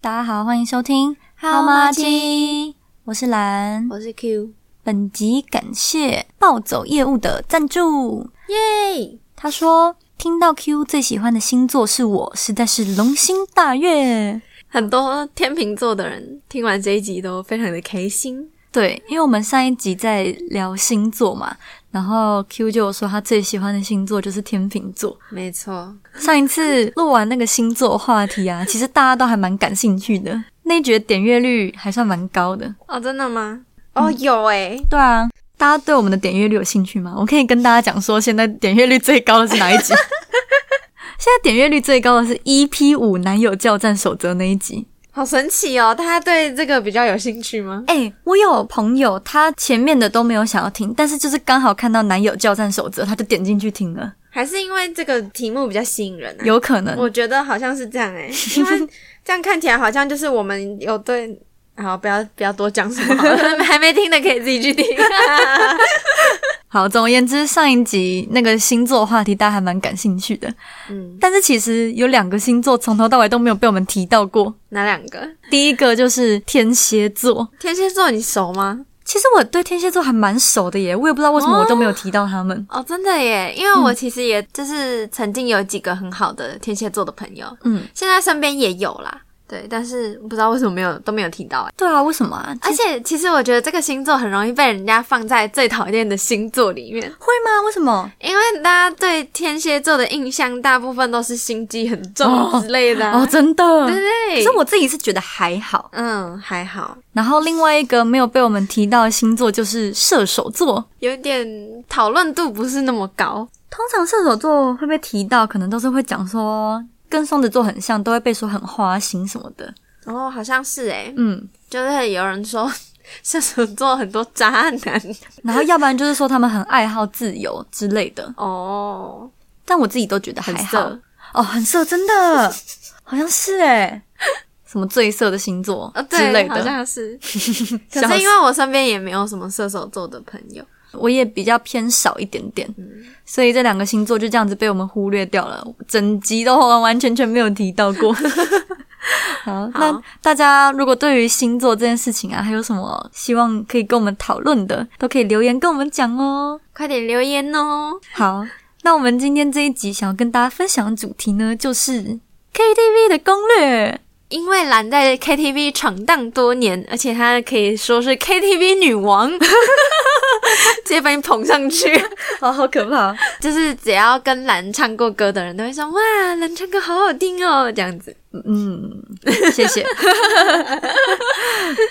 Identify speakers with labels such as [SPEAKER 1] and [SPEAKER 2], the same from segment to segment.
[SPEAKER 1] 大家好，欢迎收听《
[SPEAKER 2] 好
[SPEAKER 1] 妈
[SPEAKER 2] 妈
[SPEAKER 1] 鸡》，我是兰。
[SPEAKER 2] 我是 Q，
[SPEAKER 1] 本集感谢暴走业务的赞助。
[SPEAKER 2] 耶！
[SPEAKER 1] 他说，听到 Q 最喜欢的星座是我，实在是龙心大悦。
[SPEAKER 2] 很多天秤座的人听完这一集都非常的开心，
[SPEAKER 1] 对，因为我们上一集在聊星座嘛，然后 Q 就有说他最喜欢的星座就是天秤座。
[SPEAKER 2] 没错，
[SPEAKER 1] 上一次录完那个星座话题啊，其实大家都还蛮感兴趣的，那一节点阅率还算蛮高的。
[SPEAKER 2] 哦，真的吗？哦，有诶、
[SPEAKER 1] 对啊，大家对我们的点阅率有兴趣吗？我可以跟大家讲说，现在点阅率最高的是哪一 集？现在点阅率最高的是 EP 五男友教战守则那一集。
[SPEAKER 2] 好神奇哦！大家对这个比较有兴趣吗？
[SPEAKER 1] 哎、我有朋友，他前面的都没有想要听，但是就是刚好看到男友教战守则，他就点进去听了，
[SPEAKER 2] 还是因为这个题目比较吸引人啊？，
[SPEAKER 1] 有可能。
[SPEAKER 2] 我觉得好像是这样诶、欸因为这样看起来好像就是我们有对。好，不要不要多讲什么好 了，还没听的可以自己去听。
[SPEAKER 1] 好，总而言之，上一集那个星座话题大家还蛮感兴趣的，
[SPEAKER 2] 嗯，
[SPEAKER 1] 但是其实有两个星座从头到尾都没有被我们提到过。
[SPEAKER 2] 哪两个？
[SPEAKER 1] 第一个就是天蝎座，
[SPEAKER 2] 天蝎座你熟吗？
[SPEAKER 1] 其实我对天蝎座还蛮熟的耶，我也不知道为什么我都没有提到他们。
[SPEAKER 2] 哦，真的耶，因为
[SPEAKER 1] 嗯
[SPEAKER 2] 我其实也就是曾经有几个很好的天蝎座的朋友，
[SPEAKER 1] 嗯，
[SPEAKER 2] 现在身边也有啦，对，但是不知道为什么没有都没有提到哎。
[SPEAKER 1] 对啊，为什么啊？
[SPEAKER 2] 而且其实我觉得这个星座很容易被人家放在最讨厌的星座里面，
[SPEAKER 1] 会吗？为什么？
[SPEAKER 2] 因为大家对天蝎座的印象大部分都是心机很重之类的、啊
[SPEAKER 1] 哦，真的。
[SPEAKER 2] 对对。
[SPEAKER 1] 可是我自己是觉得还好。
[SPEAKER 2] 嗯还好，
[SPEAKER 1] 然后另外一个没有被我们提到的星座就是射手座。
[SPEAKER 2] 有点讨论度不是那么高。
[SPEAKER 1] 通常射手座会被提到，可能都是会讲说跟双子座很像，都会被说很花心什么的。
[SPEAKER 2] 哦，好像是哎，
[SPEAKER 1] 嗯，
[SPEAKER 2] 就是有人说 射手座很多渣男
[SPEAKER 1] 然后要不然就是说他们很爱好自由之类的。
[SPEAKER 2] 哦，
[SPEAKER 1] 但我自己都觉得还
[SPEAKER 2] 很
[SPEAKER 1] 好
[SPEAKER 2] 色。
[SPEAKER 1] 哦，很色，真的，好像是 哎。什么最色的星座
[SPEAKER 2] 呃，
[SPEAKER 1] 之
[SPEAKER 2] 对，
[SPEAKER 1] 类
[SPEAKER 2] 好
[SPEAKER 1] 的，
[SPEAKER 2] 像是。 可
[SPEAKER 1] 笑
[SPEAKER 2] 是
[SPEAKER 1] 死
[SPEAKER 2] 因为我身边也没有什么射手座的朋友，
[SPEAKER 1] 我也比较偏少一点点，所以这两个星座就这样子被我们忽略掉了，整集都完完全全没有提到 过。好，那大家如果对于星座这件事情啊，还有什么希望可以跟我们讨论的，都可以留言跟我们讲哦。
[SPEAKER 2] 快点留言哦！
[SPEAKER 1] 好，那我们今天这一集想要跟大家分享的主题呢，就是 KTV 的攻略。
[SPEAKER 2] 因为兰在 KTV 闯荡多年，而且她可以说是 KTV 女王， 直接把你捧上去。
[SPEAKER 1] 哦， 好可怕！
[SPEAKER 2] 就是只要跟兰唱过歌的人都会说：“哇，兰唱歌好好听哦！”这样子。
[SPEAKER 1] 嗯，谢谢。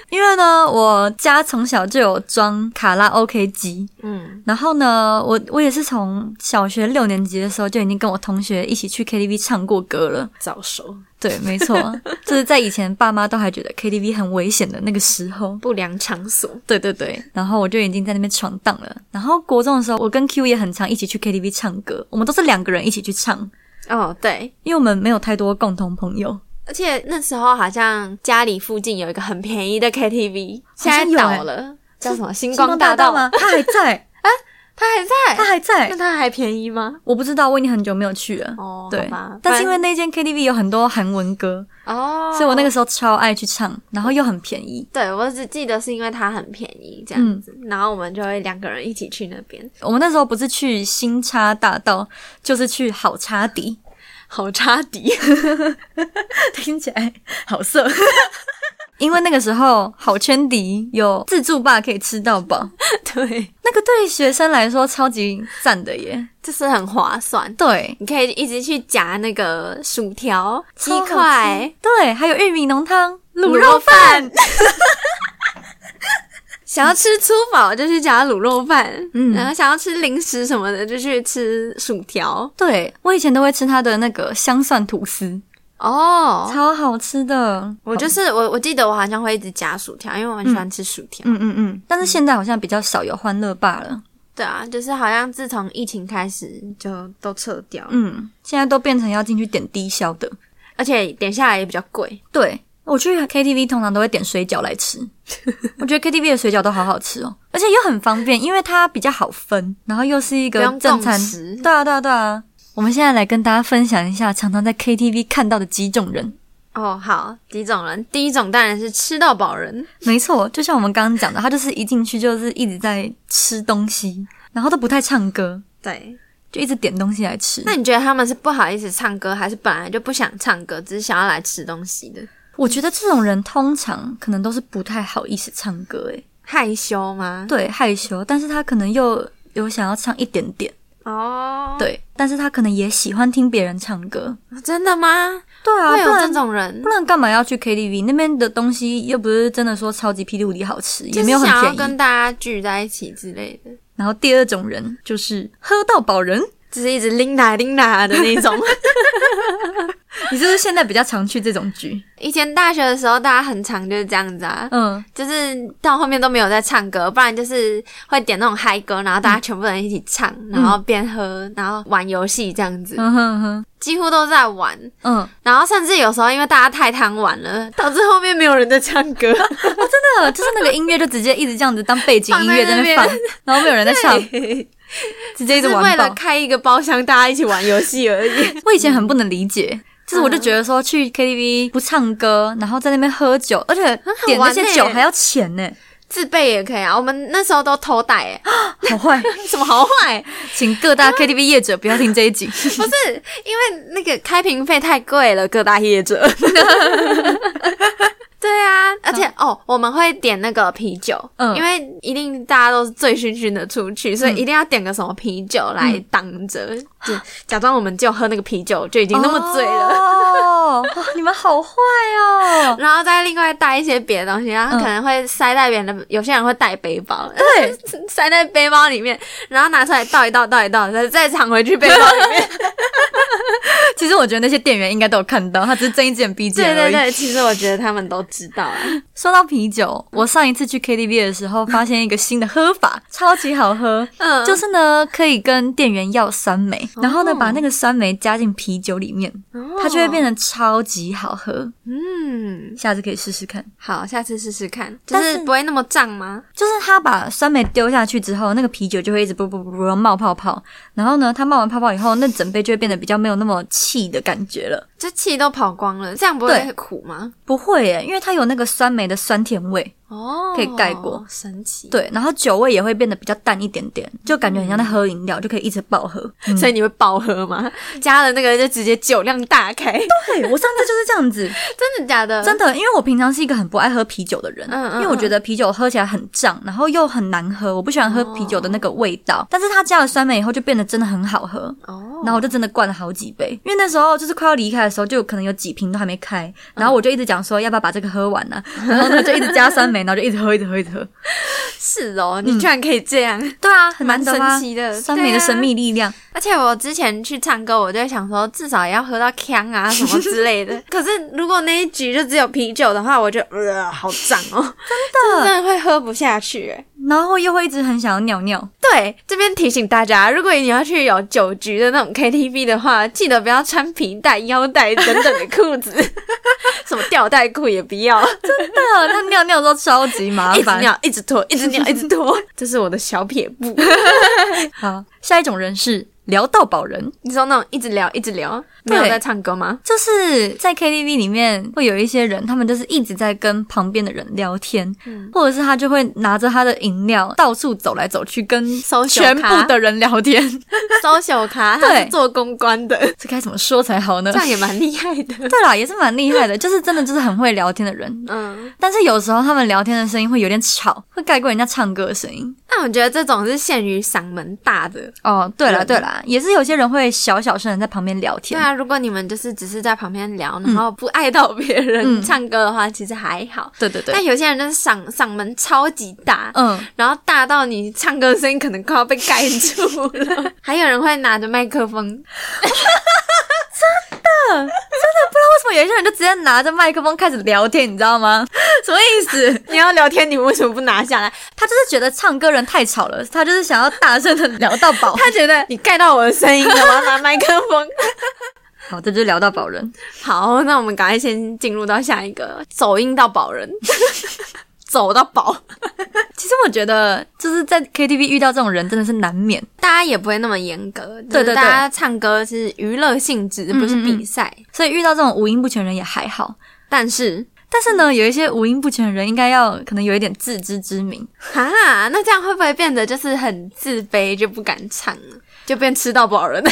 [SPEAKER 1] 因为呢，我家从小就有装卡拉 OK 机，
[SPEAKER 2] 嗯，
[SPEAKER 1] 然后呢，我我也是从小学六年级的时候就已经跟我同学一起去 KTV 唱过歌了。
[SPEAKER 2] 早熟，
[SPEAKER 1] 对，没错， 就是在以前爸妈都还觉得 KTV 很危险的那个时候。
[SPEAKER 2] 不良场所。
[SPEAKER 1] 对对对，然后我就已经在那边闯荡了。然后国中的时候，我跟 Q 也很常一起去 KTV 唱歌，我们都是两个人一起去唱，
[SPEAKER 2] 哦，对。
[SPEAKER 1] 因为我们没有太多共同朋友。
[SPEAKER 2] 而且那时候好像家里附近有一个很便宜的 KTV，
[SPEAKER 1] 好
[SPEAKER 2] 现
[SPEAKER 1] 像
[SPEAKER 2] 在
[SPEAKER 1] 有欸
[SPEAKER 2] 倒了，叫什么星光大道
[SPEAKER 1] 星吗？？他还在，
[SPEAKER 2] 它还在，
[SPEAKER 1] 他还在
[SPEAKER 2] 那，它还便宜吗？
[SPEAKER 1] 我不知道，我已经很久没有去了。
[SPEAKER 2] 哦，好
[SPEAKER 1] 对
[SPEAKER 2] 吧，，
[SPEAKER 1] 但是因为那间 KTV 有很多韩文歌，
[SPEAKER 2] 反哦，
[SPEAKER 1] 所以我那个时候超爱去唱，然后又很便宜。
[SPEAKER 2] 对我只记得是因为它很便宜这样子，然后我们就会两个人一起去那边，
[SPEAKER 1] 我们那时候不是去新叉大道，就是去好叉迪，
[SPEAKER 2] 好差 迪，
[SPEAKER 1] 听起来好色。 因为那个时候好圈迪有自助吧可以吃到饱，
[SPEAKER 2] 对，
[SPEAKER 1] 那个对学生来说超级赞的耶。
[SPEAKER 2] 就是很划算。
[SPEAKER 1] 对，
[SPEAKER 2] 你可以一直去夹那个薯条、鸡
[SPEAKER 1] 超好
[SPEAKER 2] 块
[SPEAKER 1] 吃、对，还有玉米浓汤、
[SPEAKER 2] 卤
[SPEAKER 1] 卤
[SPEAKER 2] 肉
[SPEAKER 1] 肉饭。
[SPEAKER 2] 饭。 想要吃粗饱就去夹卤肉饭，
[SPEAKER 1] 嗯
[SPEAKER 2] 然后想要吃零食什么的就去吃薯条。
[SPEAKER 1] 对我以前都会吃他的那个香蒜吐司，
[SPEAKER 2] 哦，
[SPEAKER 1] 超好吃的。
[SPEAKER 2] 我就是我，我记得我好像会一直夹薯条，因为我很喜欢吃薯条。
[SPEAKER 1] 嗯嗯嗯，但是现在好像比较少有欢乐吧了。
[SPEAKER 2] 对啊，就是好像自从疫情开始就都撤掉，
[SPEAKER 1] 嗯，现在都变成要进去点低消的。
[SPEAKER 2] 而且点下来也比较贵。
[SPEAKER 1] 对，我去 KTV 通常都会点水饺来吃，我觉得 KTV 的水饺都好好吃哦，而且又很方便，因为它比较好分，然后又是一个
[SPEAKER 2] 不用
[SPEAKER 1] 正餐
[SPEAKER 2] 共食。
[SPEAKER 1] 对啊，对啊，对啊。我们现在来跟大家分享一下常常在 KTV 看到的几种人。
[SPEAKER 2] 哦，好，几种人，第一种当然是吃到饱人，
[SPEAKER 1] 没错，就像我们刚刚讲的，他就是一进去就是一直在吃东西，然后都不太唱歌，
[SPEAKER 2] 对。
[SPEAKER 1] 就一直点东西来吃。
[SPEAKER 2] 那你觉得他们是不好意思唱歌，还是本来就不想唱歌，只是想要来吃东西的？
[SPEAKER 1] 我觉得这种人通常可能都是不太好意思唱歌，诶，
[SPEAKER 2] 害羞吗？
[SPEAKER 1] 对，害羞，但是他可能又有想要唱一点点，
[SPEAKER 2] 哦，
[SPEAKER 1] 对，但是他可能也喜欢听别人唱歌，
[SPEAKER 2] 真的吗？
[SPEAKER 1] 对啊，
[SPEAKER 2] 会
[SPEAKER 1] 不
[SPEAKER 2] 有这
[SPEAKER 1] 然
[SPEAKER 2] 种人
[SPEAKER 1] 不，然干嘛要去 KTV 那边的东西又不是真的说超级霹雳无敌好吃，也
[SPEAKER 2] 就是
[SPEAKER 1] 没有很
[SPEAKER 2] 想要
[SPEAKER 1] 便宜。
[SPEAKER 2] 跟大家聚在一起之类的，
[SPEAKER 1] 然后第二种人就是喝到饱 人，
[SPEAKER 2] 只是一直拎来拎来的那种。
[SPEAKER 1] 你是不是现在比较常去这种局？
[SPEAKER 2] 以前大学的时候，大家很常就是这样子啊。
[SPEAKER 1] 嗯，
[SPEAKER 2] 就是到后面都没有在唱歌，不然就是会点那种嗨歌，然后大家全部人一起唱，然后边喝，然后玩游戏这样子，
[SPEAKER 1] 嗯哼哼，
[SPEAKER 2] 几乎都在玩。
[SPEAKER 1] 嗯，
[SPEAKER 2] 然后甚至有时候因为大家太贪玩了，导致后面没有人在唱歌。
[SPEAKER 1] 真的就是那个音乐就直接一直这样子当背景音乐在那 边放
[SPEAKER 2] 放在，
[SPEAKER 1] 然后没有人在唱， 直 接一直
[SPEAKER 2] 就是
[SPEAKER 1] 玩
[SPEAKER 2] 为了
[SPEAKER 1] 爆。
[SPEAKER 2] 开一个包厢，大家一起玩游戏而已。
[SPEAKER 1] 我以前很不能理解。就是我就觉得说去 KTV 不唱歌，然后在那边喝酒，而且
[SPEAKER 2] 好
[SPEAKER 1] 点那
[SPEAKER 2] 玩
[SPEAKER 1] 些
[SPEAKER 2] 欸
[SPEAKER 1] 酒还要钱呢，
[SPEAKER 2] 自备也可以啊，我们那时候都偷带、欸，
[SPEAKER 1] 好 坏！
[SPEAKER 2] 什么好坏？
[SPEAKER 1] 请各大 KTV 业者不要听这一集。
[SPEAKER 2] 不 是因为那个开瓶费太贵了，各大业者。 对啊，而且、哦，我们会点那个啤酒，
[SPEAKER 1] 嗯
[SPEAKER 2] 因为一定大家都是醉醺醺的出去，所以一定要点个什么啤酒来挡着，就假装我们就喝那个啤酒就已经那么醉了。
[SPEAKER 1] 哦，哇你们好坏哦！
[SPEAKER 2] 然后再另外带一些别的东西，然后
[SPEAKER 1] 嗯
[SPEAKER 2] 可能会塞在别人的，有些人会带背包，
[SPEAKER 1] 对，
[SPEAKER 2] 塞在背包里面，然后拿出来倒一倒，倒一倒，再再藏回去背包里面。
[SPEAKER 1] 其实我觉得那些店员应该都有看到，他只是睁一只眼闭一只
[SPEAKER 2] 对
[SPEAKER 1] 眼而
[SPEAKER 2] 对
[SPEAKER 1] 已。
[SPEAKER 2] 对，其实我觉得他们都知道啊。
[SPEAKER 1] 说到啤酒，我上一次去 KTV 的时候，发现一个新的喝法， 超级好喝。
[SPEAKER 2] 嗯，
[SPEAKER 1] 就是是呢，可以跟店员要酸梅，然后呢，
[SPEAKER 2] 哦
[SPEAKER 1] 把那个酸梅加进啤酒里面，它就会变得超级好喝。
[SPEAKER 2] 嗯，
[SPEAKER 1] 下次可以试试看。
[SPEAKER 2] 好，下次试试看，就
[SPEAKER 1] 但
[SPEAKER 2] 是
[SPEAKER 1] 是
[SPEAKER 2] 不会那么胀吗？
[SPEAKER 1] 就是他把酸梅丢下去之后，那个啤酒就会一直啵啵啵啵冒泡泡，然后呢，它冒完泡泡以后，那整杯就会变得比较没有那么气的感觉了。
[SPEAKER 2] 这气都跑光了，这样不会
[SPEAKER 1] 对
[SPEAKER 2] 很苦吗？
[SPEAKER 1] 不会耶，因为它有那个酸梅的酸甜味，
[SPEAKER 2] 哦，
[SPEAKER 1] 可以盖过，
[SPEAKER 2] 神奇。，
[SPEAKER 1] 对，然后酒味也会变得比较淡一点点，就感觉很像在喝饮料，就可以一直爆喝。
[SPEAKER 2] 所以你会爆喝吗？加了那个就直接酒量大开，
[SPEAKER 1] 对我上次就是这样子，
[SPEAKER 2] 真的假的？
[SPEAKER 1] 真的，因为我平常是一个很不爱喝啤酒的人，
[SPEAKER 2] 嗯嗯嗯
[SPEAKER 1] 因为我觉得啤酒喝起来很胀，然后又很难喝，我不喜欢喝啤酒的那个味道。但是它加了酸梅以后，就变得真的很好喝。
[SPEAKER 2] 哦，
[SPEAKER 1] 然后我就真的灌了好几杯，因为那时候就是快要离开的时候，就有可能有几瓶都还没开，然
[SPEAKER 2] 嗯
[SPEAKER 1] 后我就一直讲说要不要把这个喝完呢、然后呢就一直加酸梅，然后就一直喝，一直喝，一直 喝。
[SPEAKER 2] 是哦，你居然可以这样。
[SPEAKER 1] 对啊，很
[SPEAKER 2] 蛮
[SPEAKER 1] 难得吧
[SPEAKER 2] 神奇的
[SPEAKER 1] 酸梅
[SPEAKER 2] 对啊
[SPEAKER 1] 的神秘力量。
[SPEAKER 2] 而且我之前去唱歌，我就会想说，至少也要喝到呛啊什么之类 的。可是如果那一局就只有啤酒的话，我就呃好胀哦，真的真的会喝不下去欸耶。
[SPEAKER 1] 然后又会一直很想要尿尿。
[SPEAKER 2] 对，这边提醒大家，如果你要去有酒局的那种 KTV 的话，记得不要穿皮带、腰带等等的裤子， 什么吊带裤也不要，
[SPEAKER 1] 对啊，他尿尿都超级麻
[SPEAKER 2] 一直
[SPEAKER 1] 烦。
[SPEAKER 2] 尿、一直拖、一直尿、一直 拖，这是我的小撇步。
[SPEAKER 1] 好，下一种人是聊到饱人。
[SPEAKER 2] 你说那种一直聊、一直聊，没有
[SPEAKER 1] 对
[SPEAKER 2] 在唱歌吗？
[SPEAKER 1] 就是在 KTV 里面会有一些人，他们就是一直在跟旁边的人聊天，
[SPEAKER 2] 嗯
[SPEAKER 1] 或者是他就会拿着他的饮料到处走来走去，跟
[SPEAKER 2] Social
[SPEAKER 1] 全部的人聊天，
[SPEAKER 2] 搜小卡，他是
[SPEAKER 1] 对
[SPEAKER 2] 做公关的。
[SPEAKER 1] 这该怎么说才好呢
[SPEAKER 2] 这？样也蛮厉害的。
[SPEAKER 1] 对啦，也是蛮厉害的，就是真的就是很会聊天的人，
[SPEAKER 2] 嗯，
[SPEAKER 1] 但是有时候他们聊天的声音会有点吵，会盖过人家唱歌的声音。
[SPEAKER 2] 但我觉得这种是限于嗓门大的。
[SPEAKER 1] 哦，对啦
[SPEAKER 2] 人
[SPEAKER 1] 对啦，也是有些人会小小声的在旁边聊
[SPEAKER 2] 对
[SPEAKER 1] 天。
[SPEAKER 2] 啊，如果你们就是只是在旁边聊，然后不碍到别人
[SPEAKER 1] 嗯
[SPEAKER 2] 唱歌的话，其实还好。
[SPEAKER 1] 对对对，
[SPEAKER 2] 但有些人就是嗓嗓门超级大，
[SPEAKER 1] 嗯，
[SPEAKER 2] 然后大到你唱歌的声音可能快要被盖住了。 还有人会拿着麦克风，
[SPEAKER 1] 为什么有些人就直接拿着麦克风开始聊天，你知道吗？ 什么意思？
[SPEAKER 2] 你要聊天，你为什么不拿下来？
[SPEAKER 1] 他就是觉得唱歌人太吵了，他就是想要大声的聊到 饱。
[SPEAKER 2] 他觉得你盖到我的声音了，我要拿麦克风。
[SPEAKER 1] 好，这就是聊到饱人。
[SPEAKER 2] 好，那我们赶快 先进入到下一个，走音到饱人，走到饱。
[SPEAKER 1] 其实我觉得，就是在 KTV 遇到这种人真的是难免。
[SPEAKER 2] 大家也不会那么严格，
[SPEAKER 1] 对对
[SPEAKER 2] 就是大家唱歌是娱乐性质，不是比赛。
[SPEAKER 1] 所以遇到这种五音不全的人也还好。
[SPEAKER 2] 但是
[SPEAKER 1] 但是呢，有一些五音不全的人应该要可能有一点自知之明，
[SPEAKER 2] 啊，那这样会不会变得就是很自卑，就不敢唱了，就变吃到饱了呢？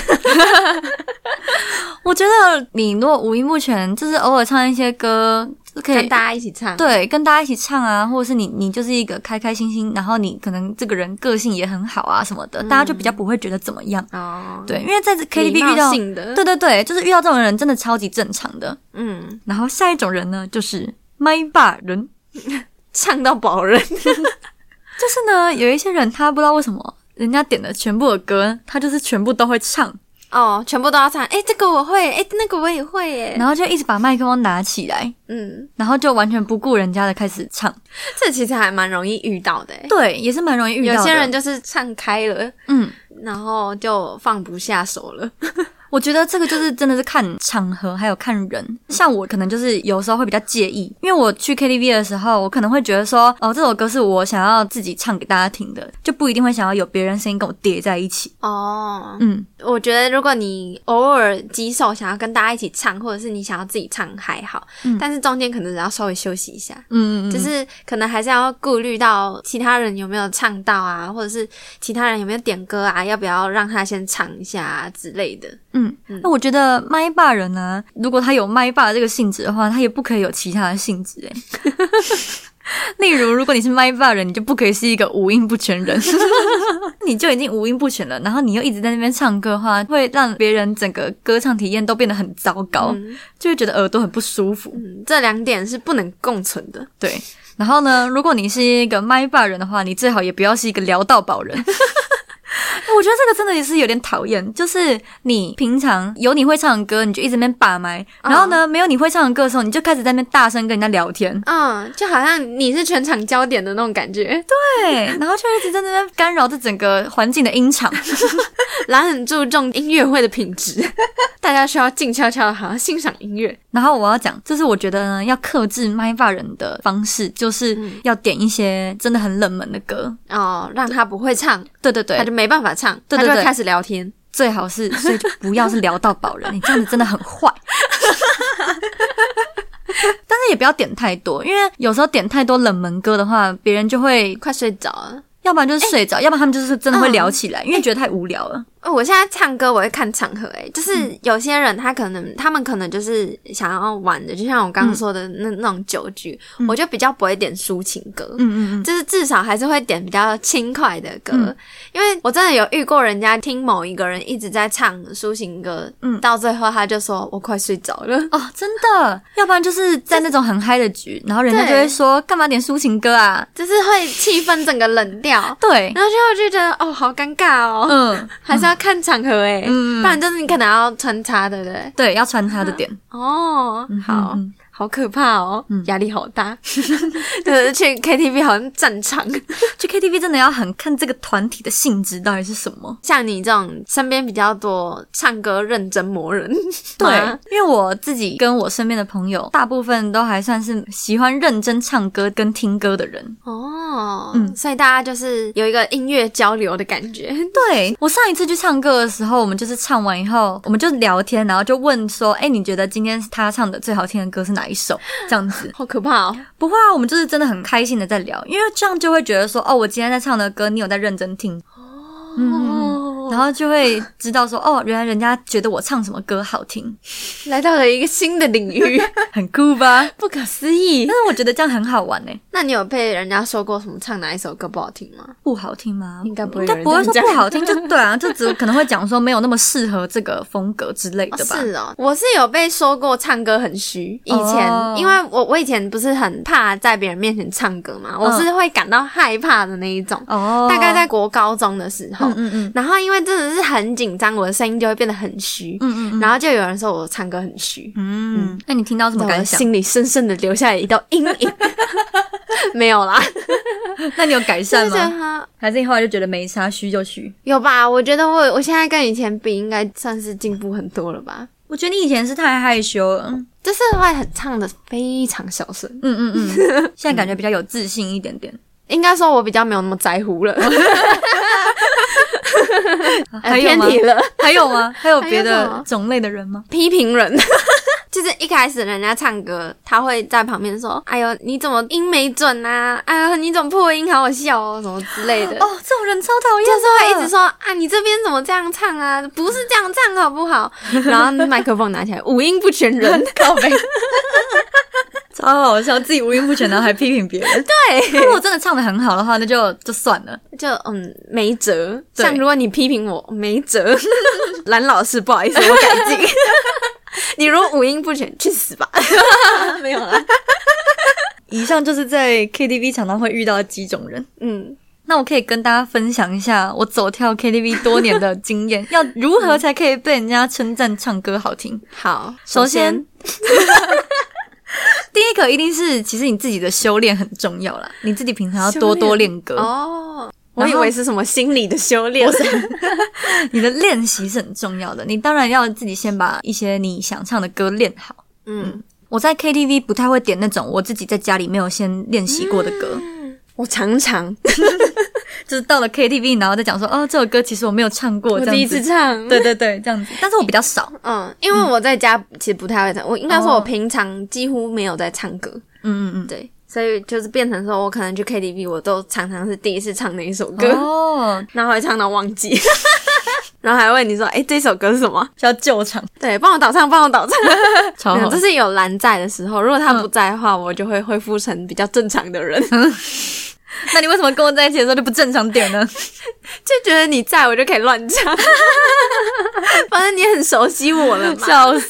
[SPEAKER 1] 我觉得你如果五音不全，就是偶尔唱一些歌，就可以
[SPEAKER 2] 跟大家一起唱，
[SPEAKER 1] 对跟大家一起唱啊，或者是你你就是一个开开心心，然后你可能这个人个性也很好啊什么的，大家就比较不会觉得怎么样。
[SPEAKER 2] 哦，
[SPEAKER 1] 对，因为在这
[SPEAKER 2] 礼
[SPEAKER 1] KTV
[SPEAKER 2] 貌
[SPEAKER 1] 遇到，
[SPEAKER 2] 性的，
[SPEAKER 1] 对对对，就是遇到这种人真的超级正常的。
[SPEAKER 2] 嗯，
[SPEAKER 1] 然后下一种人呢，就是麦霸人，
[SPEAKER 2] 唱到 饱人，
[SPEAKER 1] 就是呢有一些人他不知道为什么人家点的全部的歌，他就是全部都会唱，
[SPEAKER 2] 哦，全部都要唱。哎，这个我会，哎，那个我也会，耶。
[SPEAKER 1] 然后就一直把麦克风拿起来，
[SPEAKER 2] 嗯，
[SPEAKER 1] 然后就完全不顾人家的开始唱。
[SPEAKER 2] 这其实还蛮容易遇到的，哎
[SPEAKER 1] 对，也是蛮容易遇到
[SPEAKER 2] 有
[SPEAKER 1] 的。
[SPEAKER 2] 些人就是唱开了，
[SPEAKER 1] 嗯，
[SPEAKER 2] 然后就放不下手了。
[SPEAKER 1] 我觉得这个就是真的是看场合，还有看人。像我可能就是有时候会比较介意，因为我去 KTV 的时候，我可能会觉得说，哦，这首歌是我想要自己唱给大家听的，就不一定会想要有别人声音跟我叠在一起。
[SPEAKER 2] 哦，
[SPEAKER 1] 嗯，
[SPEAKER 2] 我觉得如果你偶尔几首想要跟大家一起唱，或者是你想要自己唱还好，
[SPEAKER 1] 嗯
[SPEAKER 2] 但是中间可能要稍微休息一下。
[SPEAKER 1] 嗯，
[SPEAKER 2] 就是可能还是要顾虑到其他人有没有唱到啊，或者是其他人有没有点歌啊，要不要让他先唱一下、啊、之类的。
[SPEAKER 1] 嗯，那我觉得麦霸人呢、如果他有麦霸这个性质的话，他也不可以有其他的性质诶。 例如，如果你是麦霸人，你就不可以是一个五音不全人， 你就已经五音不全了，然后你又一直在那边唱歌的话，会让别人整个歌唱体验都变得很糟糕，就会觉得耳朵很不舒服。
[SPEAKER 2] 嗯，这两点是不能共存的。
[SPEAKER 1] 对，然后呢，如果你是一个麦霸人的话，你最好也不要是一个聊到饱人。 我觉得这个真的也是有点讨厌，就是你平常有你会唱的歌，你就一直在那边把麦，然后呢，没有你会唱的歌的时候，你就开始在那边大声跟人家聊天，
[SPEAKER 2] 嗯，就好像你是全场焦点的那种感觉，
[SPEAKER 1] 对， 然后就一直在那边干扰这整个环境的音 场。
[SPEAKER 2] 然后很注重音乐会的品质， 大家需要静悄悄的好好欣赏音乐。
[SPEAKER 1] 然后我要讲，就是我觉得呢，要克制麦霸人的方式，就是要点一些真的很冷门的歌。
[SPEAKER 2] 哦，让他不会唱，
[SPEAKER 1] 对对对，
[SPEAKER 2] 他就没办法唱，
[SPEAKER 1] 对对
[SPEAKER 2] 他就
[SPEAKER 1] 对
[SPEAKER 2] 会开始聊天。
[SPEAKER 1] 最好 是，所以就不要是聊到饱人，你这样子真的很坏。 但是也不要点太多，因为有时候点太多冷门歌的话，别人就会，
[SPEAKER 2] 快睡着了。
[SPEAKER 1] 要不然就是睡着，要不然他们就是真的会聊起来，因为觉得太无聊了。
[SPEAKER 2] 哦我现在唱歌我会看场合、欸，就是
[SPEAKER 1] 嗯
[SPEAKER 2] 有些人他可能、他们可能就是想要玩的，就像我刚刚说的那、那种酒局，我就比较不会点抒情歌。
[SPEAKER 1] 嗯嗯嗯嗯，
[SPEAKER 2] 就是至少还是会点比较轻快的歌，
[SPEAKER 1] 嗯
[SPEAKER 2] 因为我真的有遇过人家听某一个人一直在唱抒情歌，
[SPEAKER 1] 嗯
[SPEAKER 2] 到最后他就说我快睡着了，
[SPEAKER 1] 哦，真的，要不然就是在那种很嗨的局，然后人家就会说干嘛点抒情歌啊？
[SPEAKER 2] 就是会气氛整个冷 掉，
[SPEAKER 1] 对，
[SPEAKER 2] 然后就就觉得哦好尴尬哦，
[SPEAKER 1] 嗯，
[SPEAKER 2] 还是要看场合哎、
[SPEAKER 1] 嗯
[SPEAKER 2] 不然就是你可能要穿插，对不对？
[SPEAKER 1] 对，要穿插的点。
[SPEAKER 2] 哦，
[SPEAKER 1] 嗯嗯
[SPEAKER 2] 好。
[SPEAKER 1] 嗯
[SPEAKER 2] 好可怕哦，压力好大， 就是去 KTV 好像战场。
[SPEAKER 1] 去 KTV 真的要很看这个团体的性质到底是什么。
[SPEAKER 2] 像你这种身边比较多唱歌认真磨人，
[SPEAKER 1] 对
[SPEAKER 2] 吗，
[SPEAKER 1] 因为我自己跟我身边的朋友，大部分都还算是喜欢认真唱歌跟听歌的人。
[SPEAKER 2] 哦，
[SPEAKER 1] 嗯
[SPEAKER 2] 所以大家就是有一个音乐交流的 感觉。，
[SPEAKER 1] 对我上一次去唱歌的时候，我们就是唱完以后，我们就聊天，然后就问说：“哎，你觉得今天他唱的最好听的歌是哪一首？”这样子
[SPEAKER 2] 好可怕哦！
[SPEAKER 1] 不会啊，我们就是真的很开心的在聊，因为这样就会觉得说：“哦，我今天在唱的歌，你有在认真听。”嗯
[SPEAKER 2] 哦，
[SPEAKER 1] 然后就会知道说：“哦，原来人家觉得我唱什么歌好听，
[SPEAKER 2] 来到了一个新的领域，
[SPEAKER 1] 很酷吧
[SPEAKER 2] 不可思？”议
[SPEAKER 1] 但。是我觉得这样很好玩呢、欸
[SPEAKER 2] 那你有被人家说过什么唱哪一首歌不好听吗？
[SPEAKER 1] 不好听吗？
[SPEAKER 2] 应该不会
[SPEAKER 1] 应
[SPEAKER 2] 有
[SPEAKER 1] 该
[SPEAKER 2] 人
[SPEAKER 1] 不会说
[SPEAKER 2] 这样
[SPEAKER 1] 不好听，就对啊，就只可能会讲说没有那么适合这个风格之类
[SPEAKER 2] 哦
[SPEAKER 1] 的吧。
[SPEAKER 2] 是哦，我是有被说过唱歌很虚。以前，
[SPEAKER 1] 哦
[SPEAKER 2] 因为我我以前不是很怕在别人面前唱歌嘛，我是会感到害怕的那一种。
[SPEAKER 1] 嗯哦，
[SPEAKER 2] 大概在国高中的时候，
[SPEAKER 1] 嗯嗯嗯
[SPEAKER 2] 然后因为真的是很紧张，我的声音就会变得很虚。
[SPEAKER 1] 嗯嗯
[SPEAKER 2] 然后就有人说我唱歌很虚，
[SPEAKER 1] 嗯嗯，那你听到什
[SPEAKER 2] 在
[SPEAKER 1] 么
[SPEAKER 2] 我的
[SPEAKER 1] 感想？
[SPEAKER 2] 心里深深的留下了一道阴 影。没有啦，
[SPEAKER 1] 那你有改善
[SPEAKER 2] 就是觉得
[SPEAKER 1] 吗？
[SPEAKER 2] 他
[SPEAKER 1] 还是你后来就觉得没差，虚就虚？
[SPEAKER 2] 有吧？我觉得我我现在跟以前比，应该算是进步很多了吧。
[SPEAKER 1] 我觉得你以前是太害羞了，嗯
[SPEAKER 2] 就是会很唱的非常小声，
[SPEAKER 1] 嗯嗯，嗯现在感觉比较有自信一点点。
[SPEAKER 2] 应该说我比较没有那么在乎了，
[SPEAKER 1] 还有
[SPEAKER 2] 呃偏
[SPEAKER 1] 吗？
[SPEAKER 2] 题了。
[SPEAKER 1] 还有吗？还有别
[SPEAKER 2] 还有什
[SPEAKER 1] 的
[SPEAKER 2] 么
[SPEAKER 1] 种类的人吗？
[SPEAKER 2] 批评人。 就是一开始人家唱歌，他会在旁边说：“哎呦，你怎么音没准啊？哎呦，你怎么破音，好好笑哦，什么之类的。”
[SPEAKER 1] 哦，这种人超讨厌
[SPEAKER 2] 就
[SPEAKER 1] 的，
[SPEAKER 2] 是会一直说啊，你这边怎么这样唱啊？不是这样唱好不好？然后麦克风拿起来，五音不全人，靠背。
[SPEAKER 1] 超好笑，自己无音不全，然后还批评别人。
[SPEAKER 2] 对，
[SPEAKER 1] 如果真的唱的很好的话，那就就算了。
[SPEAKER 2] 就嗯没辙。
[SPEAKER 1] 对
[SPEAKER 2] 像如果你批评我没辙， 蓝老师不好意思，我改进。 你如果五音不全，去死吧！没有啦，
[SPEAKER 1] 以上就是在 KTV 常常会遇到的几种人。
[SPEAKER 2] 嗯，
[SPEAKER 1] 那我可以跟大家分享一下我走跳 KTV 多年的经验，要如何才可以被人家称赞唱歌好听？
[SPEAKER 2] 好，
[SPEAKER 1] 首先， 第一个一定是，其实你自己的修炼很重要啦，你自己平常要多多练歌，
[SPEAKER 2] 哦，我
[SPEAKER 1] 呃然
[SPEAKER 2] 以
[SPEAKER 1] 后
[SPEAKER 2] 为是什么心理的修炼，
[SPEAKER 1] 你的练习是很重要的。你当然要自己先把一些你想唱的歌练好。
[SPEAKER 2] 嗯，
[SPEAKER 1] 我在 KTV 不太会点那种我自己在家里没有先练习过的歌，
[SPEAKER 2] 我常常
[SPEAKER 1] 就是到了 KTV 然后再讲说，哦，这首歌其实我没有唱过，
[SPEAKER 2] 我
[SPEAKER 1] 这样
[SPEAKER 2] 第一
[SPEAKER 1] 子
[SPEAKER 2] 次唱，
[SPEAKER 1] 对对对，这样子。但是我比较少，
[SPEAKER 2] 嗯，因为我在家其实不太会唱，我应该说
[SPEAKER 1] 哦
[SPEAKER 2] 我平常几乎没有在唱歌，
[SPEAKER 1] 嗯嗯
[SPEAKER 2] 对，所以就是变成说我可能去 KTV，我都常常是第一次唱那一首歌，
[SPEAKER 1] 嗯。哦，
[SPEAKER 2] 然后会唱到忘记， 然后还问你说，哎、这首歌是什么？
[SPEAKER 1] 叫救场，
[SPEAKER 2] 对，帮我导唱，帮我导唱。
[SPEAKER 1] 超
[SPEAKER 2] 没有
[SPEAKER 1] 好
[SPEAKER 2] 这。是有蓝在的时候，如果他不在的话，我就会恢复成比较正常的人，
[SPEAKER 1] 那 你为什么跟我在一起的时候就不正常点呢？
[SPEAKER 2] 就觉得你在我就可以乱唱， 反正你很熟悉我了 嘛。
[SPEAKER 1] 笑死。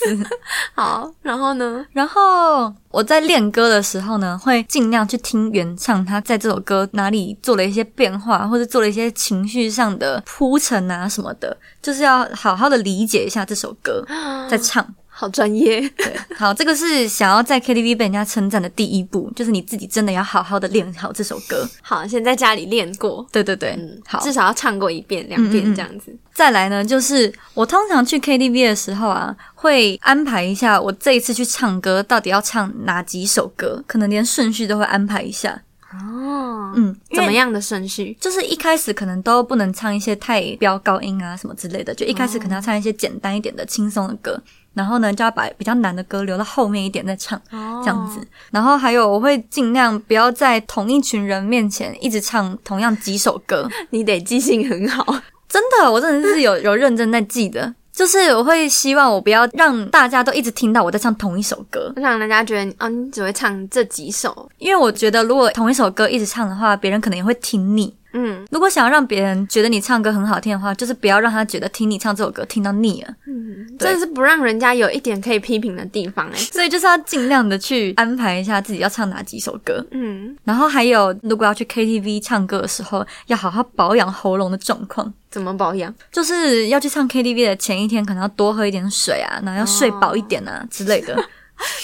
[SPEAKER 2] 好，然后呢？
[SPEAKER 1] 然后我在练歌的时候呢，会尽量去听原唱他在这首歌哪里做了一些变化，或者做了一些情绪上的铺陈啊什么的，就是要好好的理解一下这首 歌在唱。
[SPEAKER 2] 好专业，
[SPEAKER 1] 对，好，这个是想要在 KTV 被人家称赞的第一步，就是你自己真的要好好的练好这首歌。
[SPEAKER 2] 好，先在家里练过，
[SPEAKER 1] 对对对，
[SPEAKER 2] 嗯，
[SPEAKER 1] 好，
[SPEAKER 2] 至少要唱过一遍、两
[SPEAKER 1] 嗯嗯
[SPEAKER 2] 遍
[SPEAKER 1] 嗯
[SPEAKER 2] 这样子。
[SPEAKER 1] 再来呢，就是我通常去 KTV 的时候啊，会安排一下我这一次去唱歌到底要唱哪几首歌，可能连顺序都会安排一下。
[SPEAKER 2] 哦，
[SPEAKER 1] 嗯，
[SPEAKER 2] 怎么
[SPEAKER 1] 因为？
[SPEAKER 2] 样的顺序？
[SPEAKER 1] 就是一开始可能都不能唱一些太飙高音啊什么之类的，就一开始可
[SPEAKER 2] 哦
[SPEAKER 1] 能要唱一些简单一点的、轻松的歌，然后呢就要把比较难的歌留到后面一点再唱。
[SPEAKER 2] 哦
[SPEAKER 1] 这样子，然后还有我会尽量不要在同一群人面前一直唱同样几首歌，
[SPEAKER 2] 你得记性很好。
[SPEAKER 1] 真的，我真的是有有认真在记的。就是我会希望我不要让大家都一直听到我在唱同一首歌，
[SPEAKER 2] 让人家觉得你哦，你只会唱这几首。
[SPEAKER 1] 因为我觉得如果同一首歌一直唱的话，别人可能也会听腻。
[SPEAKER 2] 嗯
[SPEAKER 1] 如果想要让别人觉得你唱歌很好听的话，就是不要让他觉得听你唱这首歌听到腻了。
[SPEAKER 2] 嗯，
[SPEAKER 1] 对
[SPEAKER 2] 真的是不让人家有一点可以批评的地方哎、
[SPEAKER 1] 所以就是要尽量的去安排一下自己要唱哪几首歌，
[SPEAKER 2] 嗯，
[SPEAKER 1] 然后还有如果要去 KTV 唱歌的时候，要好好保养喉咙的状况。
[SPEAKER 2] 怎么保养？
[SPEAKER 1] 就是要去唱 KTV 的前一天，可能要多喝一点水啊，然后要睡饱一点
[SPEAKER 2] 哦
[SPEAKER 1] 啊、之 类的。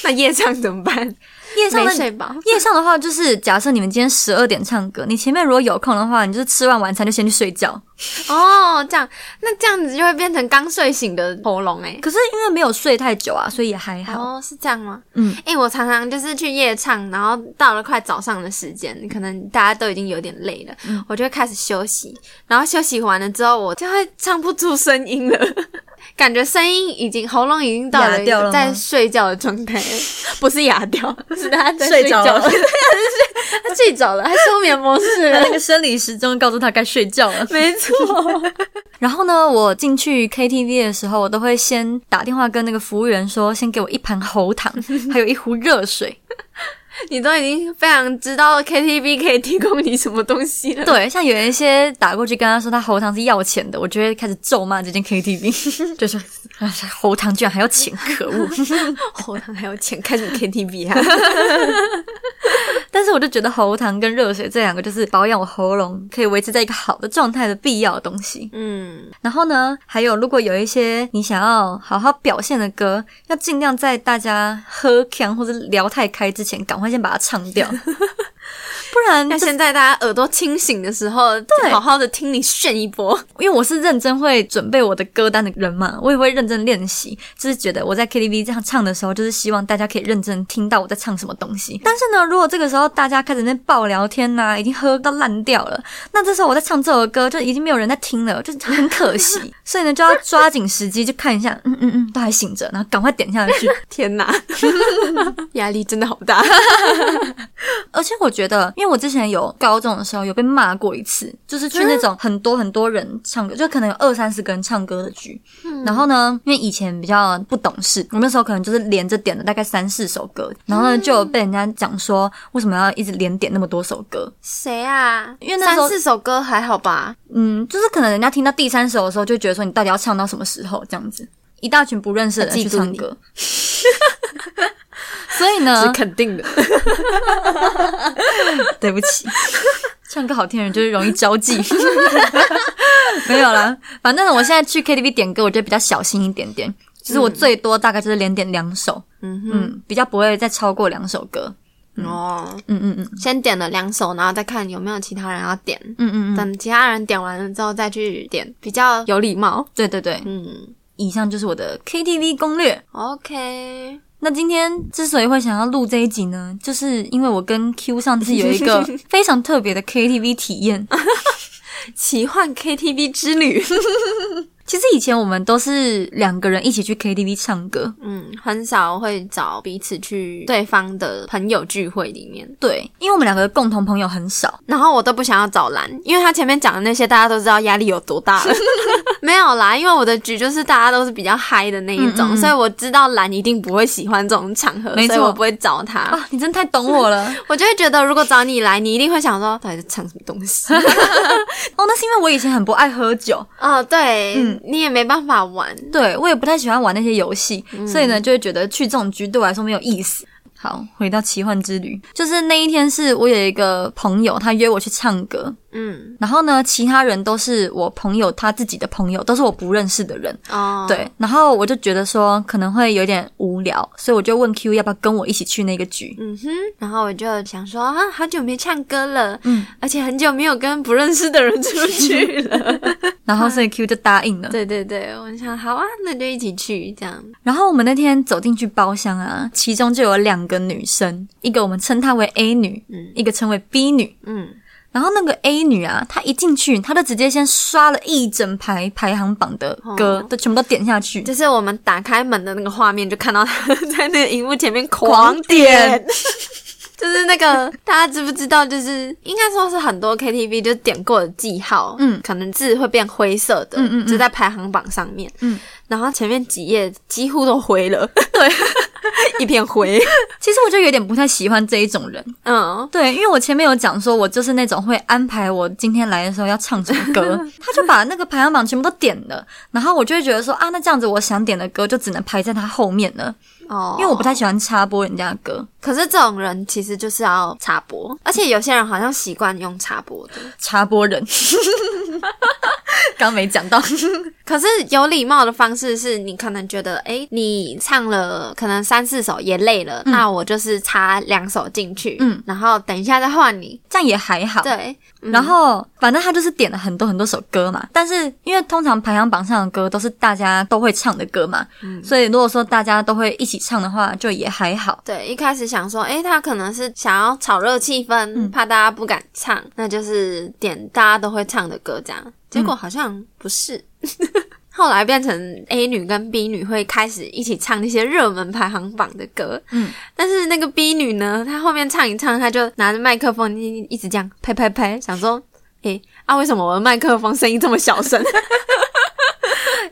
[SPEAKER 2] 那夜唱怎么办？
[SPEAKER 1] 夜上
[SPEAKER 2] 没
[SPEAKER 1] 的
[SPEAKER 2] 睡饱。
[SPEAKER 1] 夜上的话，就是假设你们今天十二点唱歌，你前面如果有空的话，你就是吃完晚餐就先去睡觉。
[SPEAKER 2] 哦，这样，那这样子就会变成刚睡醒的喉咙哎、
[SPEAKER 1] 可是因为没有睡太久啊，所以也还好。
[SPEAKER 2] 哦，是这样吗？
[SPEAKER 1] 嗯，
[SPEAKER 2] 哎、我常常就是去夜唱，然后到了快早上的时间，可能大家都已经有点累了，
[SPEAKER 1] 嗯
[SPEAKER 2] 我就会开始休息。然后休息完了之后，我就会唱不出声音了， 感觉声音已经喉咙已经到
[SPEAKER 1] 哑
[SPEAKER 2] 了一
[SPEAKER 1] 掉了吗
[SPEAKER 2] 个在睡觉的状态 了，不是哑掉， 是他在
[SPEAKER 1] 睡
[SPEAKER 2] 觉
[SPEAKER 1] 着了
[SPEAKER 2] 他睡着了，他休眠模式了
[SPEAKER 1] 那。个生理时钟告诉他该睡觉了。
[SPEAKER 2] 没错，
[SPEAKER 1] 然后呢，我进去 KTV 的时候，我都会先打电话跟那个服务员说，先给我一盘喉糖，还有一壶热水。
[SPEAKER 2] 你都已经非常知道 KTV 可以提供你什么东西 了。
[SPEAKER 1] 对，像有一些打过去跟他说他喉糖是要钱的，我就会开始咒骂这间 KTV，就是 啊喉糖居然还要钱，可恶！
[SPEAKER 2] 喉糖哦还有钱，看你 KTV 啊。
[SPEAKER 1] 但是我就觉得喉糖跟热水这两个就是保养我喉咙可以维持在一个好的状态的必要的东西。
[SPEAKER 2] 嗯，
[SPEAKER 1] 然后呢，还有如果有一些你想要好好表现的歌，要尽量在大家喝腔或者聊太开之前，赶快先把它唱掉，不然
[SPEAKER 2] 要现在大家耳朵清醒的时候，对，好好的听你炫一波。
[SPEAKER 1] 因为我是认真会准备我的歌单的人嘛，我也会认真练习，就是觉得我在 KTV 这样唱的时候，就是希望大家可以认真听到我在唱什么东西。但是呢，如果这个时候大家开始在爆聊天呐、已经喝到烂掉了，那这时候我在唱这首歌，就已经没有人在听了，就是很可惜。 所以呢，就要抓紧时机，就看一下，嗯嗯嗯，都还醒着，然后赶快点下去。
[SPEAKER 2] 天哪， 压力真的好大。
[SPEAKER 1] 而且我觉得，因为我之前有高中的时候有被骂过一次，就是去那种很多很多人唱歌，就可能有二三十个人唱歌的局。然后呢，因为以前比较不懂事，我那时候可能就是连着点了大概三四首歌，然后呢就有被人家讲说为什么要一直连点那么多首歌？
[SPEAKER 2] 谁啊？
[SPEAKER 1] 因为那时候
[SPEAKER 2] 三四首歌还好吧？
[SPEAKER 1] 嗯，就是可能人家听到第三首的时候就觉得说你到底要唱到什么时候这样子。一大群不认识的人去唱歌， 所以呢
[SPEAKER 2] 是，肯定的。
[SPEAKER 1] 对不起， 唱歌好听的人就是容易招忌。 没有啦，反正我现在去 KTV 点歌，我觉得比较小心一点点。其实我最多大概就是连点两首，
[SPEAKER 2] 嗯
[SPEAKER 1] 嗯，比较不会再超过两首歌。
[SPEAKER 2] 哦，
[SPEAKER 1] 嗯嗯嗯
[SPEAKER 2] 先点了两首，然后再看有没有其他人要点。
[SPEAKER 1] 嗯嗯嗯，
[SPEAKER 2] 等其他人点完了之后再去点，比较有礼貌。
[SPEAKER 1] 对对对，
[SPEAKER 2] 嗯
[SPEAKER 1] 以上就是我的 KTV 攻略。
[SPEAKER 2] ，OK，
[SPEAKER 1] 那今天之所以会想要录这一集呢，就是因为我跟 Q 上次有一个非常特别的 KTV 体验。
[SPEAKER 2] 奇幻 KTV 之旅。
[SPEAKER 1] 其实以前我们都是两个人一起去 KTV 唱歌，
[SPEAKER 2] 嗯，很少会找彼此去对方的朋友聚会里面。
[SPEAKER 1] 对，因为我们两个共同朋友很少，
[SPEAKER 2] 然后我都不想要找蓝，因为他前面讲的那些大家都知道压力有多大 了。没有啦，因为我的局就是大家都是比较嗨的那一种，
[SPEAKER 1] 嗯嗯嗯
[SPEAKER 2] 所以我知道蓝一定不会喜欢这种场合，
[SPEAKER 1] 没错
[SPEAKER 2] 所以我不会找他。
[SPEAKER 1] 啊，你真太懂我了。
[SPEAKER 2] 我就会觉得，如果找你来，你一定会想说，到底在唱什么东 西？
[SPEAKER 1] 哦，那是因为我以前很不爱喝酒，
[SPEAKER 2] 哦，对，
[SPEAKER 1] 嗯
[SPEAKER 2] 你也没办法玩。
[SPEAKER 1] 对我也不太喜欢玩那些游戏，所以呢，就会觉得去这种局对我来说没有意思。好，回到奇幻之旅，就是那一天是我有一个朋友，他约我去唱歌，
[SPEAKER 2] 嗯，
[SPEAKER 1] 然后呢，其他人都是我朋友他自己的朋友，都是我不认识的人，
[SPEAKER 2] 哦，，
[SPEAKER 1] 对，然后我就觉得说可能会有点无聊，所以我就问 Q 要不要跟我一起去那个局，
[SPEAKER 2] 嗯哼，然后我就想说啊，好久没唱歌了，
[SPEAKER 1] 嗯，
[SPEAKER 2] 而且很久没有跟不认识的人出去了。
[SPEAKER 1] 然后所以 Q 就答应了。
[SPEAKER 2] 对对对，我想好啊，那就一起去这样。
[SPEAKER 1] 然后我们那天走进去包厢啊，其中就有两个女生，一个我们称她为 A 女，
[SPEAKER 2] 嗯
[SPEAKER 1] 一个称为 B 女。
[SPEAKER 2] 嗯，
[SPEAKER 1] 然后那个 A 女啊，她一进去，她就直接先刷了一整排排行榜的歌，
[SPEAKER 2] 哦
[SPEAKER 1] 都全部都点下去，
[SPEAKER 2] 就是我们打开门的那个画面，就看到他在那个荧幕前面狂
[SPEAKER 1] 狂点。
[SPEAKER 2] 就是那个 大家知不知道？就是应该说是很多 KTV 就点过的记号，
[SPEAKER 1] 嗯
[SPEAKER 2] 可能字会变灰色的，
[SPEAKER 1] 嗯嗯嗯
[SPEAKER 2] 就在排行榜上面，
[SPEAKER 1] 嗯，
[SPEAKER 2] 然后前面几页几乎都灰了， 对，一片灰，
[SPEAKER 1] 其实我就有点不太喜欢这一种人，
[SPEAKER 2] 嗯，
[SPEAKER 1] 对，因为我前面有讲说，我就是那种会安排我今天来的时候要唱什么 歌，他就把那个排行榜全部都点了，然后我就会觉得说啊，那这样子我想点的歌就只能排在他后面了，
[SPEAKER 2] 哦，
[SPEAKER 1] 因为我不太喜欢插播人家的歌。
[SPEAKER 2] 可是这种人其实就是要插播，而且有些人好像习惯用插播的。
[SPEAKER 1] 插播人， 刚没讲到，
[SPEAKER 2] 可是有礼貌的方式是你可能觉得，诶，你唱了可能三四首也累了，那我就是插两首进去，
[SPEAKER 1] 嗯，
[SPEAKER 2] 然后等一下再换你。
[SPEAKER 1] 这样也还好。
[SPEAKER 2] 对，嗯
[SPEAKER 1] 然后反正他就是点了很多很多首歌嘛，但是因为通常排行榜上的歌都是大家都会唱的歌嘛，
[SPEAKER 2] 嗯
[SPEAKER 1] 所以如果说大家都会一起唱的话，就也还好。
[SPEAKER 2] 对，一开始想说，诶，他可能是想要炒热气氛，怕大家不敢唱，那就是点大家都会唱的歌这样。结果好像不是。 后来变成 A 女跟 B 女会开始一起唱那些热门排行榜的歌，
[SPEAKER 1] 嗯，
[SPEAKER 2] 但是那个 B 女呢，她后面唱一唱，她就拿着麦克风一一直这样拍拍拍，想说，诶、啊，为什么我的麦克风声音这么小声？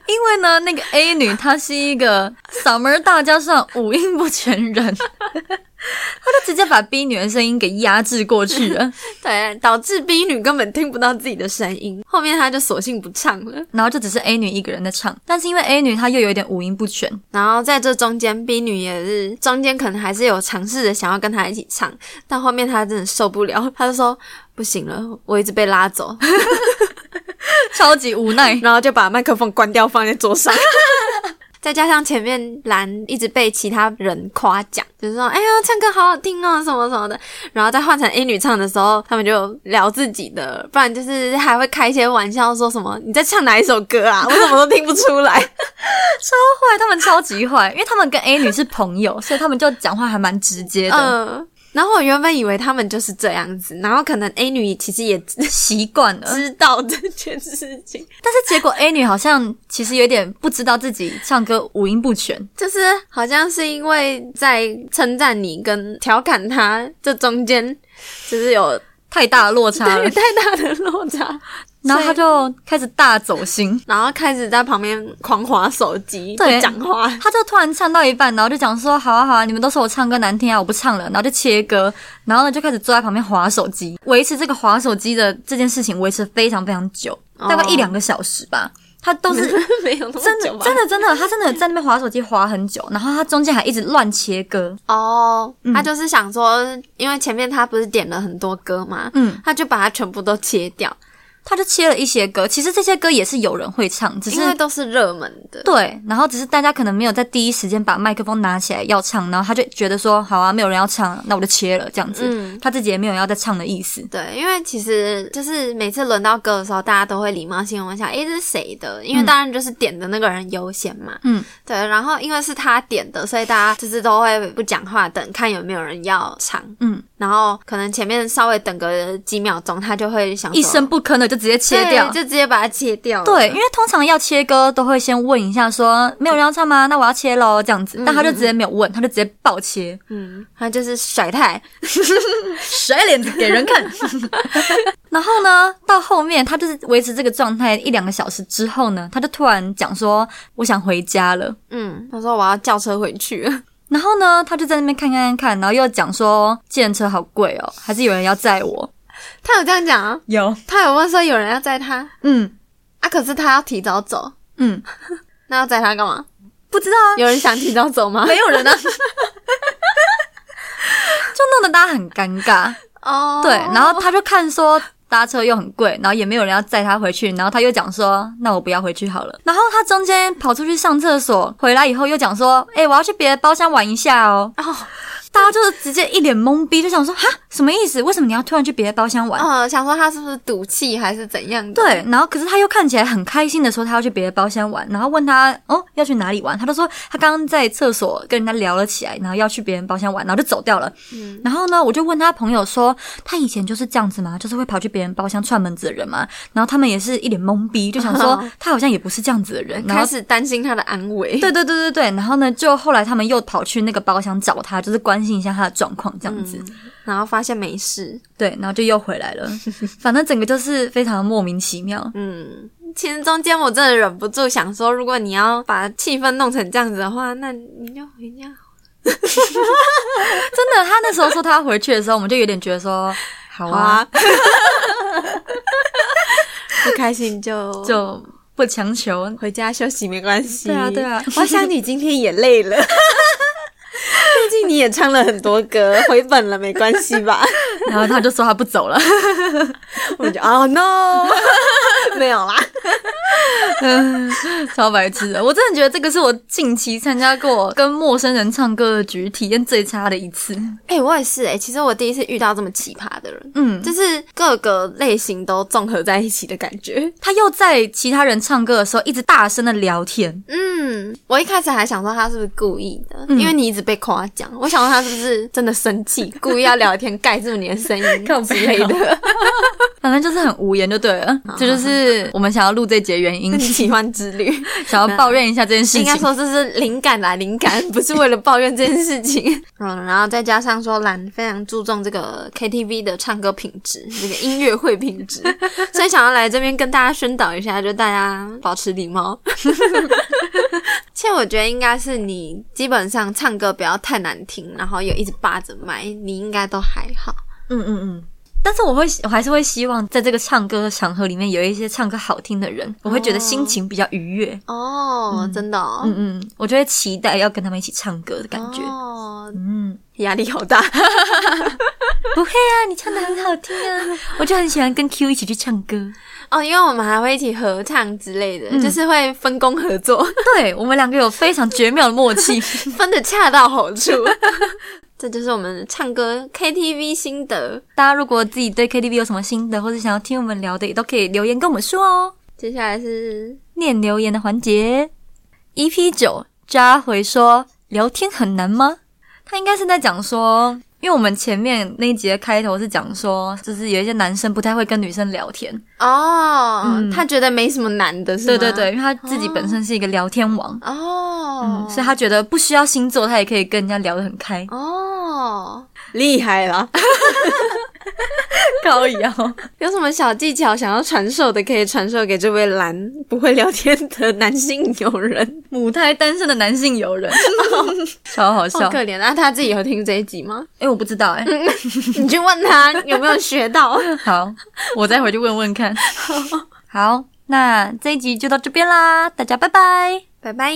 [SPEAKER 1] 因为呢，那个 A 女她是一个嗓门大加上五音不全人， 她就直接把 B 女的声音给压制过去了，
[SPEAKER 2] 对，导致 B 女根本听不到自己的声音，后面她就索性不唱了。
[SPEAKER 1] 然后就只是 A 女一个人在唱，但是因为 A 女她又有一点五音不全，
[SPEAKER 2] 然后在这中间，B 女也是中间可能还是有尝试着想要跟他一起唱，但后面她真的受不了，她就说不行了，我一直被拉走，
[SPEAKER 1] 超级无奈。
[SPEAKER 2] 然后就把麦克风关掉放在桌上。再加上前面蓝一直被其他人夸奖，就是说哎呀唱歌好好听哦什么什么的，然后再换成 A 女唱的时候，他们就聊自己的，不然就是还会开一些玩笑，说什么你在唱哪一首歌啊？我怎么都听不出来。
[SPEAKER 1] 坏，他们超级坏，因为他们跟 A 女是朋 友，所以他们就讲话还蛮直接的，
[SPEAKER 2] 嗯，然后我原本以为他们就是这样子，然后可能 A 女其实也知
[SPEAKER 1] 习惯了。
[SPEAKER 2] 知道这件事情，
[SPEAKER 1] 但是结果 A 女好像其实有点不知道自己唱歌五音不全，
[SPEAKER 2] 就是好像是因为在称赞你跟调侃他这中间，就是有
[SPEAKER 1] 太大的落差
[SPEAKER 2] 对
[SPEAKER 1] 了
[SPEAKER 2] 有， 太大的落差，
[SPEAKER 1] 然后她
[SPEAKER 2] 所以
[SPEAKER 1] 就开始大走心。
[SPEAKER 2] 然后开始在旁边狂划手机，不
[SPEAKER 1] 对
[SPEAKER 2] 讲话。
[SPEAKER 1] 她就突然唱到一半，然后就讲说：“好啊好啊，你们都说我唱歌难听啊，我不唱了。”然后就切歌，然后呢就开始坐在旁边划手机，维持这个划手机的这件事情维持非常非常久，
[SPEAKER 2] 哦
[SPEAKER 1] 大概一两个小时吧。她都是
[SPEAKER 2] 没有那
[SPEAKER 1] 真
[SPEAKER 2] 么
[SPEAKER 1] 的
[SPEAKER 2] 久吧？
[SPEAKER 1] 真的真的，她真的在那边划手机划很久，然后她中间还一直乱切歌，
[SPEAKER 2] 哦，他
[SPEAKER 1] 嗯
[SPEAKER 2] 就是想说，因为前面他不是点了很多歌嘛，
[SPEAKER 1] 嗯，
[SPEAKER 2] 他就把它全部都切掉，
[SPEAKER 1] 她就切了一些歌。其实这些歌也是有人会唱，只是
[SPEAKER 2] 因为都是热门的。
[SPEAKER 1] 对，然后只是大家可能没有在第一时间把麦克风拿起来要唱，然后他就觉得说，好啊，没有人要唱，那我就切了这样子，
[SPEAKER 2] 嗯
[SPEAKER 1] 他自己也没有要再唱的意思。
[SPEAKER 2] 对，因为其实就是每次轮到歌的时候，大家都会礼貌性问一下，诶，这是谁的？因为当然就是点的那个人优先嘛。
[SPEAKER 1] 嗯，
[SPEAKER 2] 对。然后因为是他点的，所以大家就是都会不讲话，等看有没有人要唱。
[SPEAKER 1] 嗯，
[SPEAKER 2] 然后可能前面稍微等个几秒钟，他就会想说
[SPEAKER 1] 一声不吭的就直接切
[SPEAKER 2] 哦对
[SPEAKER 1] 掉。
[SPEAKER 2] 就直接把它切掉了。
[SPEAKER 1] 对，因为通常要切歌都会先问一下说没有人要唱吗？那我要切喽这样子，但他就直接没有问，他就直接爆切，
[SPEAKER 2] 嗯， 他就是甩态，
[SPEAKER 1] 甩脸子给人看。 然后呢，到后面他就是维持这个状态一两个小时之后呢，他就突然讲说我想回家了。
[SPEAKER 2] 嗯，他说我要叫车回去了。
[SPEAKER 1] 然后呢，他就在那边看看看看，然后又讲说，计程车好贵哦，还是有人要载我？
[SPEAKER 2] 他有这样讲啊？
[SPEAKER 1] 有，
[SPEAKER 2] 他有问说有人要载他
[SPEAKER 1] 嗯
[SPEAKER 2] 啊？可是他要提早走，
[SPEAKER 1] 嗯，
[SPEAKER 2] 那要载他干嘛？
[SPEAKER 1] 不知道啊，
[SPEAKER 2] 有人想提早走吗？
[SPEAKER 1] 没有人啊，就弄得大家很尴尬。
[SPEAKER 2] 哦，
[SPEAKER 1] 对，然后他就看说。搭车又很贵，然后也没有人要载他回去，然后他又讲说，那我不要回去好了。然后他中间跑出去上厕所，回来以后又讲说，哎、我要去别的包厢玩一下哦。
[SPEAKER 2] 哦，
[SPEAKER 1] 大家就是直接一脸懵逼，就想说，哈，什么意思？为什么你要突然去别的包厢玩？
[SPEAKER 2] 呃，想说他是不是赌气还是怎样的？
[SPEAKER 1] 对，然后可是他又看起来很开心的说他要去别的包厢玩，然后问他哦要去哪里玩，他就说他刚刚在厕所跟人家聊了起来，然后要去别人包厢玩，然后就走掉了。
[SPEAKER 2] 嗯
[SPEAKER 1] 然后呢，我就问他朋友说他以前就是这样子吗？就是会跑去别人包厢串门子的人吗？然后他们也是一脸懵逼，就想说他好像也不是这样子的人，然
[SPEAKER 2] 哦
[SPEAKER 1] 后。
[SPEAKER 2] 开始担心他的安危。
[SPEAKER 1] 对对对对对，然后呢，就后来他们又跑去那个包厢找他，就是关心一下他的状况这样子。
[SPEAKER 2] 然后发现没事。
[SPEAKER 1] 对，然后就又回来 了，反正整个就是非常莫名其妙。
[SPEAKER 2] 嗯，其实中间我真的忍不住想说，如果你要把气氛弄成这样子的话，那你就回家。
[SPEAKER 1] 真的，他那时候说他要回去的时候，我们就有点觉得说，好
[SPEAKER 2] 好
[SPEAKER 1] 啊，
[SPEAKER 2] 啊， 不开心就
[SPEAKER 1] 就不强求。
[SPEAKER 2] 回家休息没关系。
[SPEAKER 1] 对啊对啊
[SPEAKER 2] 我想你今天也 累了。毕竟你也唱了很多歌，回本了没关系 吧？
[SPEAKER 1] 然后他就说他不走了，
[SPEAKER 2] 我就哦 no，没有啦。
[SPEAKER 1] 超白痴的。我真的觉得这个是我近期参加过跟陌生人唱歌的局体验最差的一次。
[SPEAKER 2] 哎、我也是哎、其实我第一次遇到这么奇葩的人，
[SPEAKER 1] 嗯，
[SPEAKER 2] 就是各个类型都综合在一起的感觉。
[SPEAKER 1] 他又在其他人唱歌的时候一直大声的聊天，
[SPEAKER 2] 嗯，我一开始还想说他是不是故意的，
[SPEAKER 1] 嗯
[SPEAKER 2] 因为你一直被夸奖，我想说他是不是真的生 气，故意要聊天盖住你的声音
[SPEAKER 1] 靠
[SPEAKER 2] 之
[SPEAKER 1] 背哦
[SPEAKER 2] 类的。
[SPEAKER 1] 反正就是很无言就对了。
[SPEAKER 2] 嗯
[SPEAKER 1] 这就是我们想要录这节原因
[SPEAKER 2] 你，喜欢之旅，
[SPEAKER 1] 想要抱怨一下这件事
[SPEAKER 2] 嗯应该
[SPEAKER 1] 情。
[SPEAKER 2] 说这是灵感啦，灵感不是为了抱怨这件事情。 嗯，然后再加上说蓝非常注重这个 KTV 的唱歌品质，这个音乐会品 质，所以想要来这边跟大家宣导一下，就大家保持礼貌。 其实我觉得应该是你基本上唱歌不要太难听，然后有一直霸着麦，你应该都还好。
[SPEAKER 1] 嗯嗯嗯。但是我会，我还是会希望在这个唱歌的场合里面有一些唱歌好听的人，我会觉得心情比较愉悦。
[SPEAKER 2] 哦，真的、哦，
[SPEAKER 1] 嗯嗯嗯，我就会期待要跟他们一起唱歌的感觉。
[SPEAKER 2] 哦，
[SPEAKER 1] 嗯，
[SPEAKER 2] 压力好大。
[SPEAKER 1] 不会啊，你唱的很好听啊，我就很喜欢跟 Q 一起去唱歌。
[SPEAKER 2] 哦，因为我们还会一起合唱之类的，就是会分工合作，
[SPEAKER 1] 对我们两个有非常绝妙的默 契。
[SPEAKER 2] 分的恰到好 处。这就是我们唱歌 KTV 心得。
[SPEAKER 1] 大家如果自己对 KTV 有什么心得，或者想要听我们聊的，也都可以留言跟我们说哦。
[SPEAKER 2] 接下来是
[SPEAKER 1] 念留言的环节，EP 九扎回说聊天很难吗？他应该是在讲说，因为我们前面那一集的开头是讲说，就是有一些男生不太会跟女生聊天，
[SPEAKER 2] 哦，他觉得没什么难的，是
[SPEAKER 1] 对
[SPEAKER 2] 吗？
[SPEAKER 1] 对对，。因为他自己本身是一个聊天王，
[SPEAKER 2] 哦，
[SPEAKER 1] 嗯，所以他觉得不需要星座，他也可以跟人家聊得很开
[SPEAKER 2] 哦，厉害啦！
[SPEAKER 1] 高瑶。
[SPEAKER 2] 有什么小技巧想要传授的，可以传授给这位懒不会聊天的男性友人。
[SPEAKER 1] 母胎单身的男性友 人，超好笑
[SPEAKER 2] 好。可怜嗯啊！他自己有听这一集吗？
[SPEAKER 1] 哎、我不知道哎、
[SPEAKER 2] 你去问他有没有学 到。
[SPEAKER 1] 好，我再回去问问 看。好，那这一集就到这边啦，大家拜拜。
[SPEAKER 2] 拜拜。